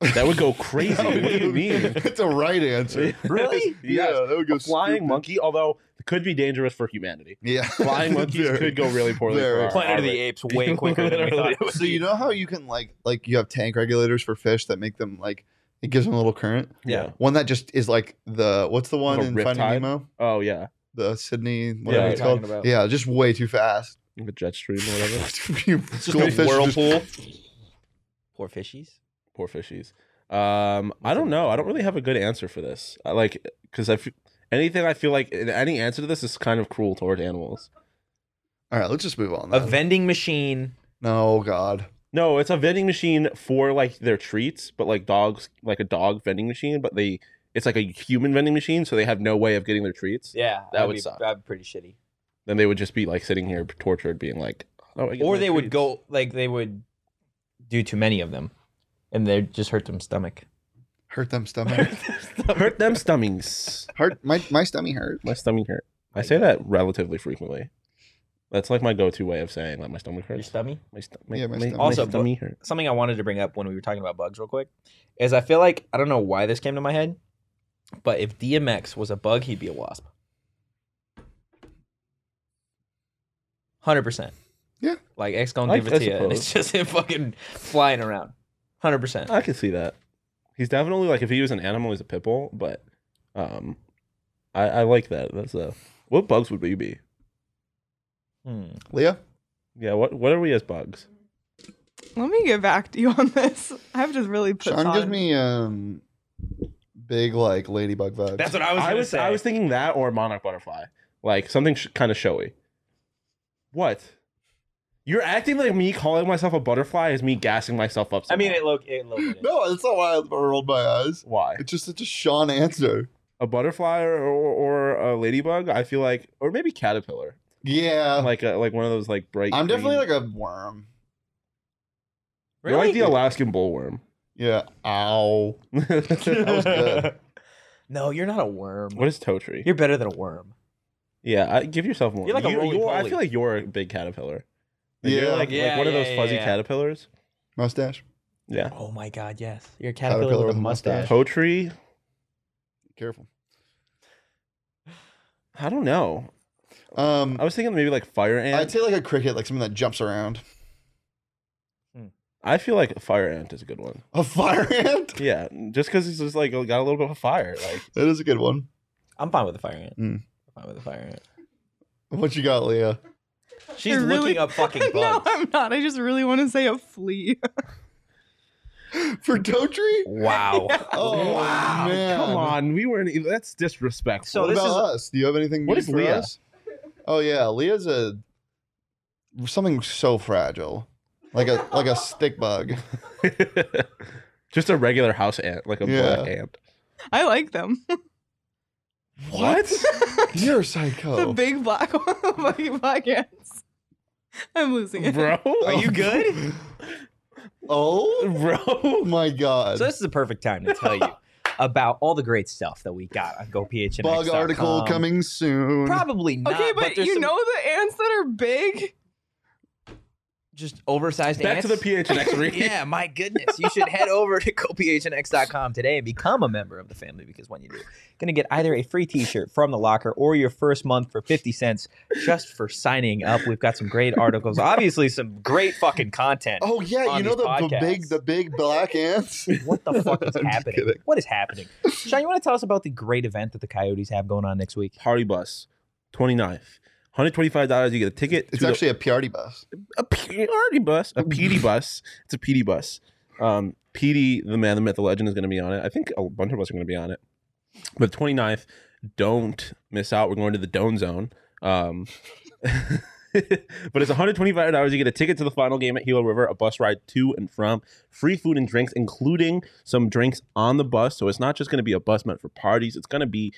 that would go crazy Oh, what do you mean it's a right answer. Really? Yeah, that would go A flying stupid. monkey, although it could be dangerous for humanity. Yeah. Flying monkeys Very- could go really poorly. very. For our, Planet of the our- Apes way quicker than we thought. Literally. It would So you be. know how you can like like you have tank regulators for fish that make them like it gives them a little current. Yeah. One that just is like the what's the one Like a in Finding riptide? Nemo? Oh yeah, The Sydney whatever Yeah, it's you're called. talking about. Yeah, just way too fast. the jet stream or whatever. School a fish just- whirlpool. Poor fishies. Poor fishies. Um, I don't know. I don't really have a good answer for this. I like because I fe- anything I feel like any answer to this is kind of cruel toward animals. All right, let's just move on. A then. vending machine. no God. No, it's a vending machine for like their treats, but like dogs, like a dog vending machine, but they it's like a human vending machine, so they have no way of getting their treats. Yeah, That I'd would be, suck. That'd be pretty shitty. Then they would just be like sitting here tortured, being like, oh, I get Or no they would treats. go like they would do too many of them, and they would just hurt them stomach. Hurt them stomach. hurt them stomachs. Hurt my my stomach hurt. My stomach hurt. I say that relatively frequently. That's like my go-to way of saying like my stomach Your hurts. stomach. My sto- my, Yeah, my my- stomach. my Also, but- stomach hurt. Something I wanted to bring up when we were talking about bugs, real quick, is I feel like I don't know why this came to my head, but if DMX was a bug, he'd be a wasp. Hundred percent. Yeah. Like X gonna I- give I it to you, and it's suppose. Uh, just him fucking flying around. Hundred percent. I can see that. He's definitely like if he was an animal, he's a pit bull. But um, I, I like that. That's a what bugs would we be? Hmm. Leah? Yeah. What what are we as bugs? Let me get back to you on this. I have to really put. Sean thought gives in- me um big like ladybug vibes. That's what I was. I gonna was say. I was thinking that or monarch butterfly, like something sh- kind of showy. What? You're acting like me calling myself a butterfly is me gassing myself up. I mean, somehow. it looked. It looked. no, that's not why I rolled my eyes. why? It's just such a Sean answer. a butterfly or, or, or a ladybug, I feel like, or maybe caterpillar, Yeah. like a, like one of those like bright. I'm definitely green- like a worm. You're like the Alaskan bullworm. Yeah. Ow. that was good. No, you're not a worm. What is toe tree? You're better than a worm. yeah, I, give yourself more. You're like a I roly-poly. feel like you're a big caterpillar. Like, Yeah. you're like, Yeah, like one of yeah, those yeah, fuzzy yeah. caterpillars. Mustache. Yeah, Oh my god, yes. You're a caterpillar Caterpillar with with a a mustache. mustache. toe tree. Careful. I don't know. Um, I was thinking maybe like fire I'd ant. say like a cricket, like something that jumps around. I feel like fire ant is a good one. A fire ant. Yeah, just because it's just like got a little bit of fire. Like That is a good one. I'm fine with the fire ant. Hmm. Mm. I'm fine with the fire ant. What you got, Leah? She's really- looking up fucking bugs. no, I'm not. I just really want to say a flea. For Dotry? Wow. Oh wow! Man. come on, we weren't. even- That's disrespectful. So What this about is- us? Do you have anything? What good is for Leah? us? Oh yeah, Leah's a something so fragile, like a like a stick bug. just a regular house ant, like a Yeah. black ant. I like them. What? You're The Oh. psycho. big black fucking black ants. I'm losing it. Bro? Are you good? oh Bro? my god! so this is the perfect time to tell you about all the great stuff that we got on GoPHNX.com. Bug article coming soon. Probably not. Okay, but, there's you some know the ants that are big? just oversized Back ants. to the PHNX read. yeah, my goodness. You should head over to gophnx.com today and become a member of the family because when you do, you're going to get either a free t-shirt from the locker or your first month for 50 cents just for signing up. We've got some great articles. Obviously some great fucking content. Oh yeah, On you know these the, the big podcasts. the big black ants. What the fuck is I'm just happening? kidding. What is happening? Sean, you want to tell us about the great event that the Coyotes have going on next week? Party bus, 29th. $125, you get a ticket. It's to the- actually a PRD bus. a party bus, a PD bus. It's a PD bus. Um, PD, the man, the myth, the legend, is going to be on it. I think a bunch of us are going to be on it. But 29th, don't miss out. We're going to the Dome Zone. Um, but it's $125. You get a ticket to the final game at Gila River, a bus ride to and from, free food and drinks, including some drinks on the bus. So it's not just going to be a bus meant for parties. It's going to be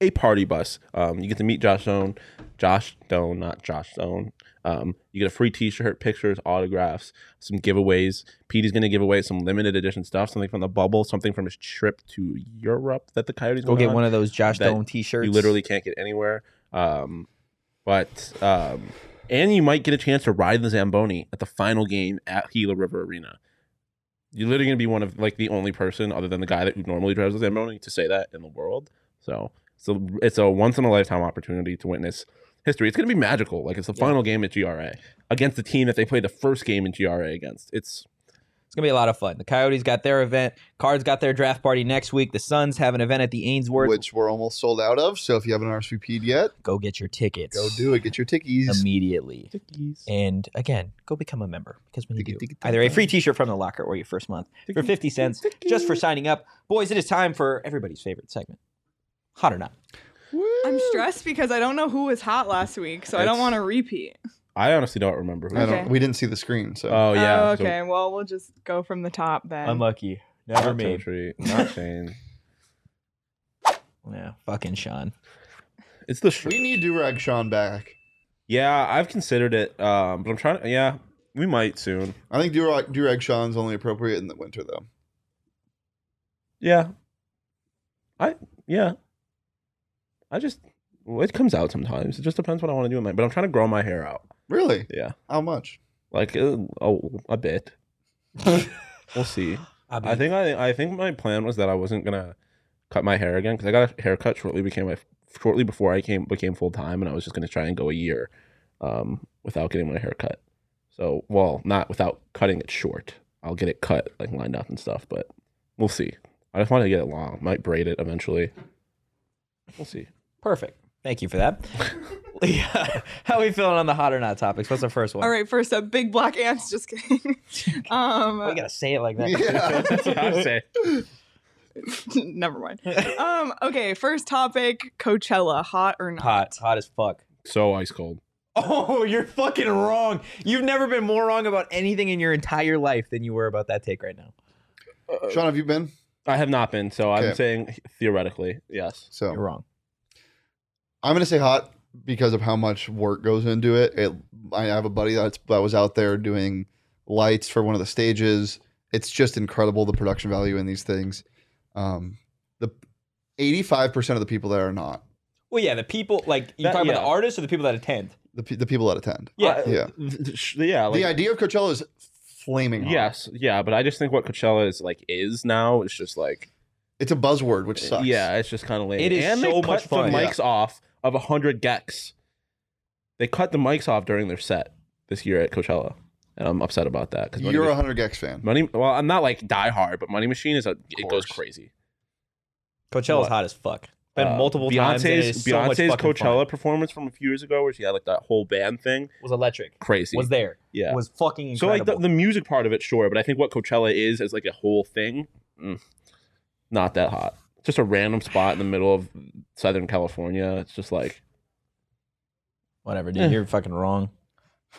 a party bus. Um, you get to meet Josh Stone, Josh Stone, not Josh Stone. Um, you get a free T-shirt, pictures, autographs, some giveaways. Petey's gonna give away some limited edition stuff, something from the bubble, something from his trip to Europe that the Coyotes Go going get on. one of those Josh That Stone t-shirts. You literally can't get anywhere. Um, but um, and you might get a chance to ride the Zamboni at the final game at Gila River Arena. You're literally gonna be one of like the only person other than the guy that who normally drives the Zamboni to say that in the world. So it's a it's a once in a lifetime opportunity to witness history. It's gonna be magical. Like it's the final game at GRA against the team that they played the first game in GRA against. It's It's gonna be a lot of fun. The Coyotes got their event. Cards got their draft party next week. The Suns have an event at the Ainsworth. Which we're almost sold out of. So if you haven't RSVP'd yet, Go get your tickets. go do it. Get your tickies. immediately. And again, go become a member because when you do, Ticket, ticket, either a ticket. free T-shirt from the locker or your first month for fifty cents, just for signing up. Boys, it is time for everybody's favorite segment, hot or not. I'm stressed because I don't know who was hot last week, so I don't It's- want to repeat. I honestly don't remember. Who I Okay. don't. We didn't see the screen, so Oh yeah. Oh, So- okay. well, we'll just go from the top then. Unlucky, Not Totri, not Shane. Yeah, fucking Sean. It's the sh- we need do rag Sean back. yeah. I've considered it, um, but I'm trying. to Yeah, we might soon. I think Durag, Durag Sean's only appropriate in the winter, though. Yeah, I yeah. I just well, it comes out sometimes. It just depends what I want to do in my. But I'm trying to grow my hair out. Really? Yeah, How much? like uh, oh, a bit. we'll see. I, I think I I think my plan was that I wasn't gonna cut my hair again because I got a haircut shortly became my shortly before I came became full time and I was just gonna try and go a year um, without getting my hair cut. So well, not without cutting it short. I'll get it cut like lined up and stuff, but we'll see. I just want to get it long. Might braid it eventually. We'll see. perfect. Thank you for that. Leah, how are we feeling on the hot or not topics? What's the first one? All right, first up, big black ants. Just kidding. um, we gotta say it like that. That's what I would say. never mind. Um, okay, first topic: Coachella, hot or not? Hot, hot as fuck. So ice cold. Oh, you're fucking wrong. You've never been more wrong about anything in your entire life than you were about that take right now. Sean, have you been? I have not been, so Okay. I'm saying theoretically, yes. So You're wrong. I'm gonna say hot because of how much work goes into it. it I have a buddy that's, that was out there doing lights for one of the stages. It's just incredible the production value in these things. Um, the 85 percent of the people that are not Well, yeah, the people like you That- talking about yeah. the artists or the people that attend. the pe- the people that attend. Yeah, Yeah. Uh, yeah. Like, the idea of Coachella is flaming hot. Yes, yeah, but I just think what Coachella is like is now is just like It's a buzzword, which sucks. Uh, Yeah, it's just kind of lame. It is and so they much cut fun. the mics off of 100 gex. They cut the mics off during their set this year at Coachella. And I'm upset about that. because You're a Hunter Gex fan. Money, well, I'm not like die hard, but Money Machine is a, it goes course. crazy. Coachella's What? hot as fuck. Been Uh, multiple times. and it Beyonce's is so much Beyonce's fucking Coachella fun. performance from a few years ago, where she had like that whole band thing, was electric. crazy. Was there? yeah. Was fucking so like incredible. the, the music part of it, sure, but I think what Coachella is is like a whole thing. mm, not that hot. Just a random spot in the middle of Southern California. It's just like Whatever, dude. You're fucking wrong.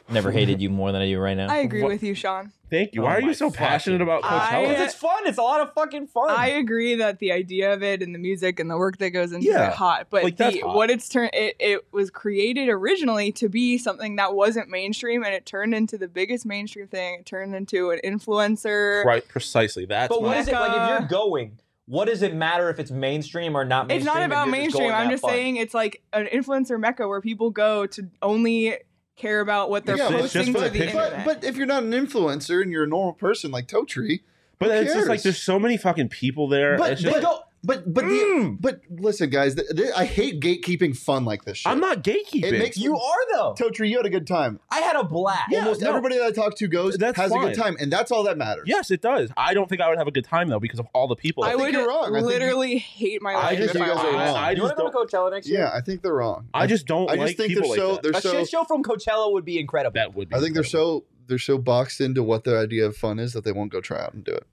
Never hated you more than I do right now. I agree What- with you, Sean. Thank you. Oh Why are my you so passionate fucking about Coachella? I- it's fun. It's a lot of fucking fun. I agree that the idea of it and the music and the work that goes into Yeah. it hot, but Like, that's the, hot. what it's turned it, it was created originally to be something that wasn't mainstream and it turned into the biggest mainstream thing. It turned into an influencer. right, precisely. That's but what my- is it like if you're Becca. going? What does it matter if it's mainstream or not It's mainstream? not if about you're just mainstream. going to I'm have just fun? saying it's like an influencer mecca where people go to only care about what they're Yeah, but it's posting just for to the the picture. internet. But, but if you're not an influencer and you're a normal person like Toe Tree, But Who it's just like cares? there's so many fucking people there. But It's they just- Mm. go- but but the- but listen, guys, th- th- I hate gatekeeping fun like this. Shit. I'm not gatekeeping. It makes You are though. Toe Tree. You had a good time. I had a blast. Almost no. everybody that I talk to goes That's has a good fine. time, and that's all that matters. yes, it does. I don't think I would have a good time though because of all the people. I there. would you're wrong. I think you- literally hate I my life. just- if you guys were are honest. wrong. I you just want to don't. go to Coachella next year? Yeah, I think they're wrong. I just don't I like just think they're people like so that. they're A so shit show from Coachella would be incredible. That would be. I think they're incredible. so they're so boxed into what their idea of fun is that they won't go try out and do it.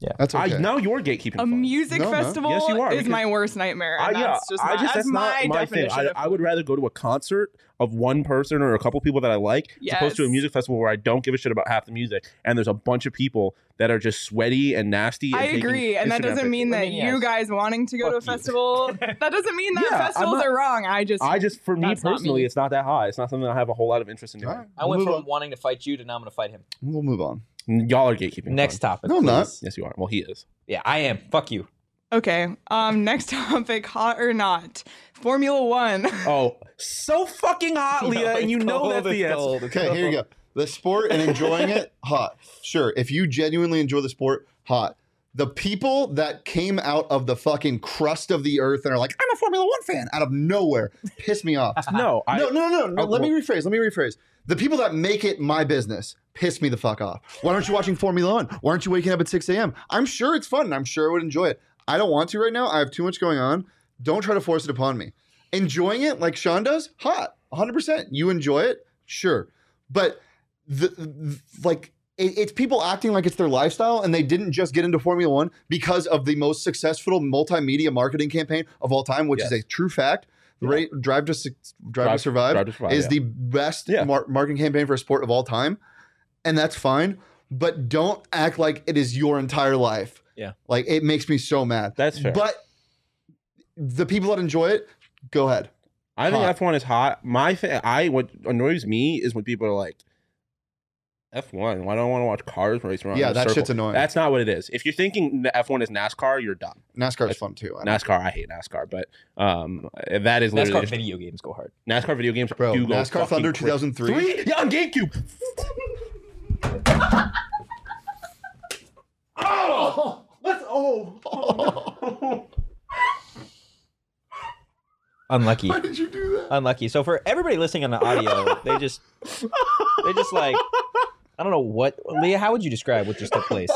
Yeah. that's okay. I, now you're gatekeeping. a fun. music No, no. festival Yes, you are, is because- my worst nightmare. I, And yeah, that's just, I my, just that's that's my not my thing. definition I, of I would rather go to a concert of one person or a couple people that I like, as opposed to a Yes. music festival where I don't give a shit about half the music and there's a bunch of people that are just sweaty and nasty. And I taking agree, and that Instagram doesn't mean pictures. that I mean, yes. you guys wanting to go to a Fuck you. festival. that doesn't mean that Yeah, I'm festivals not- are wrong. I just, I just, for me That's not personally, me. it's not that high. It's not something I have a whole lot of interest in All doing. right, I went we'll move from wanting to fight you to now I'm going to fight him. on. we'll move on. Y'all are gatekeeping. Next time. topic. No, I'm not. please. Yes, you are. Well, he is. Yeah, I am. Fuck you. okay. Um, next topic: hot or not? Formula One. Oh, so fucking hot, Leah, and you know that's the answer. Okay, here you go. The sport and enjoying it, hot. Sure, if you genuinely enjoy the sport, hot. The people that came out of the fucking crust of the earth and are like, I'm a Formula One fan out of nowhere, piss me off. No, I, no, no, no, no. I- let me rephrase. Let me rephrase. The people that make it my business piss me the fuck off. Why aren't you watching Formula One? Why aren't you waking up at 6 a.m.? I'm sure it's fun and I'm sure I would enjoy it. I don't want to right now. I have too much going on. Don't try to force it upon me. Enjoying it like Sean does, hot, 100%. You enjoy it, sure. But the, the- like, it, it's people acting like it's their lifestyle and they didn't just get into Formula One because of the most successful multimedia marketing campaign of all time, which is Yes. a true fact. The Yeah. Ra- Drive to Su- Drive, Drive- to Survive, Drive to Survive, is yeah. the best Yeah. mar- marketing campaign for a sport of all time, and that's fine. But don't act like it is your entire life. Yeah. like it makes me so mad. That's fair. But the people that enjoy it, go ahead. I think hot. F one is hot. My thing, I what annoys me is when people are like, F one. Why don't I want to watch cars race around? Yeah, in a that circle?" shit's annoying. That's not what it is. If you're thinking F one is NASCAR, you're dumb. NASCAR's fun too. I know. NASCAR, I hate NASCAR, but um, that is literally NASCAR just- video games go hard. NASCAR video games. Bro, do go NASCAR fucking Thunder cra- 2003. Three? Yeah, on GameCube. oh, let's oh. Unlucky. Why did you do that? Unlucky. So for everybody listening on the audio, they just they just like I don't know what Leah, how would you describe what just took place?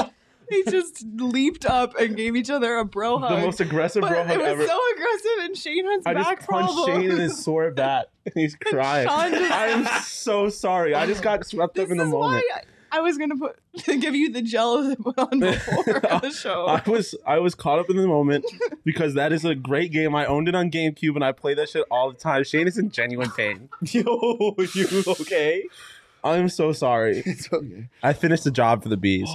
they just leaped up and gave each other a bro hug. The most aggressive but bro hug it was ever. so aggressive, and Shane has I back just punched problems. Shane in his sore back. He's crying. Sean just- I am so sorry. I just got swept this up in the is moment. why I, I was gonna put give you the gel to put on before the show. I was I was caught up in the moment because that is a great game. I owned it on GameCube and I play that shit all the time. Shane is in genuine pain. Yo, you okay? I'm so sorry. It's okay. I finished the job for the bees.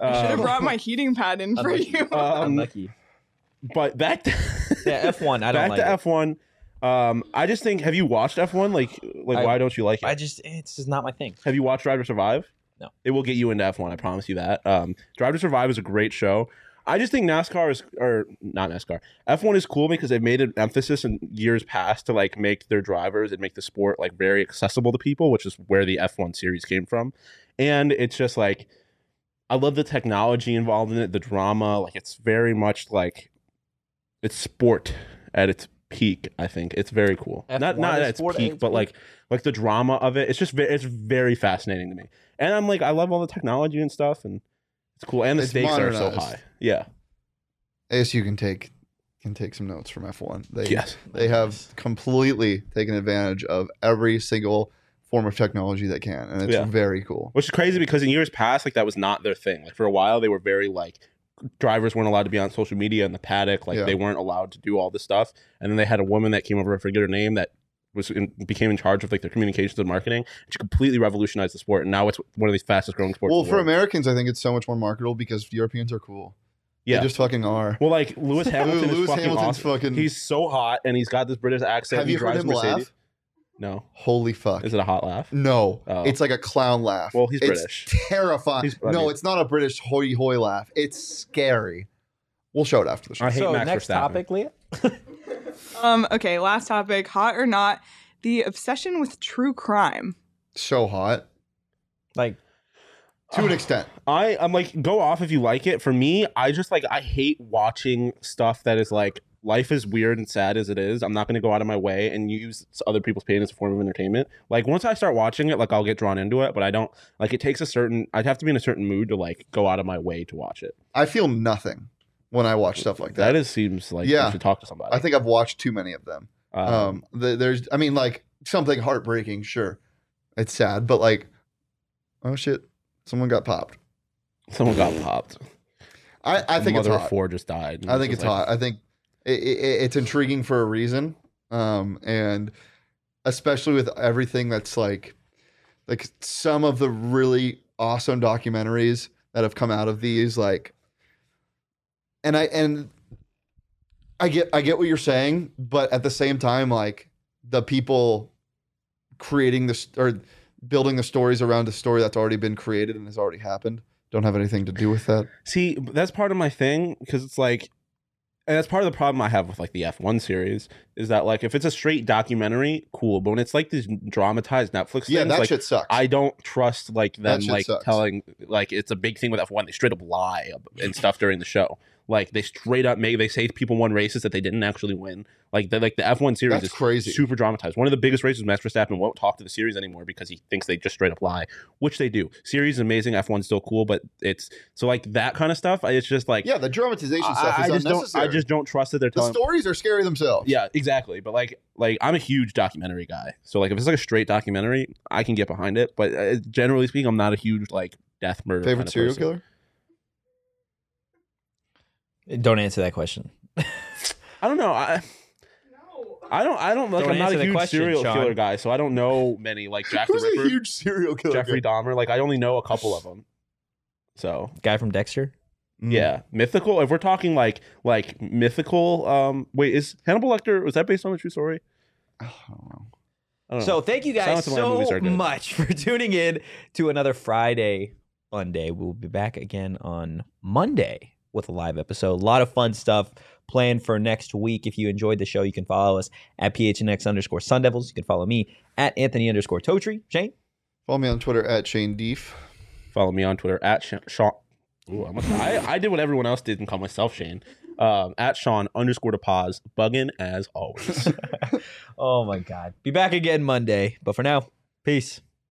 I should have Um, brought my heating pad in for Unlucky. you. um, Unlucky. but back to, Yeah, F one. I don't back like to it. F one. Um, I just think have you watched F one? Like like I- why don't you like it? I just it's just not my thing. Have you watched Drive to Survive? No. It will get you into F1, I promise you that. Um, Drive to Survive is a great show. I just think NASCAR is, or not NASCAR, F1 is cool because they've made an emphasis in years past to like make their drivers and make the sport like very accessible to people, which is where the F1 series came from. And it's just like, I love the technology involved in it, the drama. Like, it's very much like it's sport at its peak. I think it's very cool. F1 not not is at its sport at peak, its but peak. like like the drama of it. It's just ve- it's very fascinating to me. And I'm like, I love all the technology and stuff, and it's cool. And the It's stakes are so modernized. high. Yeah. ASU can take can take some notes from F1. They yes. they have completely taken advantage of every single form of technology they can, and it's Yeah. very cool. Which is crazy because in years past, like that was not their thing. Like for a while, they were very like drivers weren't allowed to be on social media in the paddock. Like Yeah. they weren't allowed to do all this stuff. And then they had a woman that came over, I forget her name, that was in, became in charge of like their communications and marketing. She completely revolutionized the sport, and now it's one of these fastest growing sports. in Well, the for world. Americans, I think it's so much more marketable because Europeans are cool. yeah. They just fucking are. well, like Lewis Hamilton is Lewis fucking Hamilton's awesome. fucking- He's so hot, and he's got this British accent. Have he you heard drives him a Mercedes. laugh? No, Holy fuck! is it a hot laugh? no, Oh. it's like a clown laugh. Well, he's It's British. Terrifying. He's- I no, mean- it's not a British hoy hoy laugh. It's scary. We'll show it after the show. I hate so Max next Verstappen. topic, Leah. Um, okay, last topic, hot or not, the obsession with true crime. So hot Like Ah. to an extent. I I'm like go off if you like it. For me, I just like I hate watching stuff that is like life is weird and sad as it is. I'm not going to go out of my way and use other people's pain as a form of entertainment. Like once I start watching it, like I'll get drawn into it, but I don't like it takes a certain I'd have to be in a certain mood to like go out of my way to watch it. I feel nothing when I watch stuff like that. That is seems like Yeah. you should talk to somebody. I think I've watched too many of them. um, Um, the, there's, I mean, like something heartbreaking, sure, it's sad, but like, oh shit, someone got popped. someone got popped. I, I think it's mother hot. of four just died. and I it's think just it's like, hot. I think it, it, it's intriguing for a reason, um, and especially with everything that's like, like some of the really awesome documentaries that have come out of these, like, and I and I get I get what you're saying, but at the same time, like the people creating this or building the stories around a story that's already been created and has already happened don't have anything to do with that. See, but that's part of my thing because it's like, and that's part of the problem I have with like the F1 series is that like if it's a straight documentary, cool, but when it's like these dramatized Netflix, Yeah, things, that like, shit sucks. I don't trust like them shit like sucks. telling like it's a big thing with F1. They straight up lie ab- and stuff during the show. Like they straight up maybe they say people won races that they didn't actually win. Like the like the F1 series That's is crazy. super dramatized. One of the biggest races, Max Verstappen won't talk to the series anymore because he thinks they just straight up lie, which they do. Series is amazing, F1's still cool, but it's so like that kind of stuff. I- It's just like Yeah, the dramatization stuff I, is I just don't unnecessary. I just don't trust that they're the telling. stories are scary themselves. Yeah, exactly. But like, like I'm a huge documentary guy, so like if it's like a straight documentary, I can get behind it. But uh, generally speaking, I'm not a huge like death murder Favorite kind of serial person. killer? don't answer that question. I don't know. I I don't. I don't like. Don't I'm not answer a the huge question, serial Sean. killer guy, so I don't know many like Jack the Who's a Ripper, huge serial killer? Jeffrey Dahmer. Like I only know a couple of them. So Guy from Dexter. Mm. yeah, mythical. If we're talking like like mythical, um, wait, is Hannibal Lecter was that based on a true story? I don't know. I don't know. So thank you guys Oh. Silence of the Lambs movies so are good. much for tuning in to another Friday fun day. We'll be back again on Monday with a live episode. A lot of fun stuff planned for next week. If you enjoyed the show, you can follow us at PHNX underscore Sun Devils. You can follow me at Anthony underscore Totri. Shane, Follow me on Twitter at Shane Deef. Follow me on Twitter at Sha- Sean. Ooh, I'm a, I, I did what everyone else did and call myself Shane. Um, at Sean underscore to pause, bugging as always. oh my God. Be back again Monday. But for now, peace.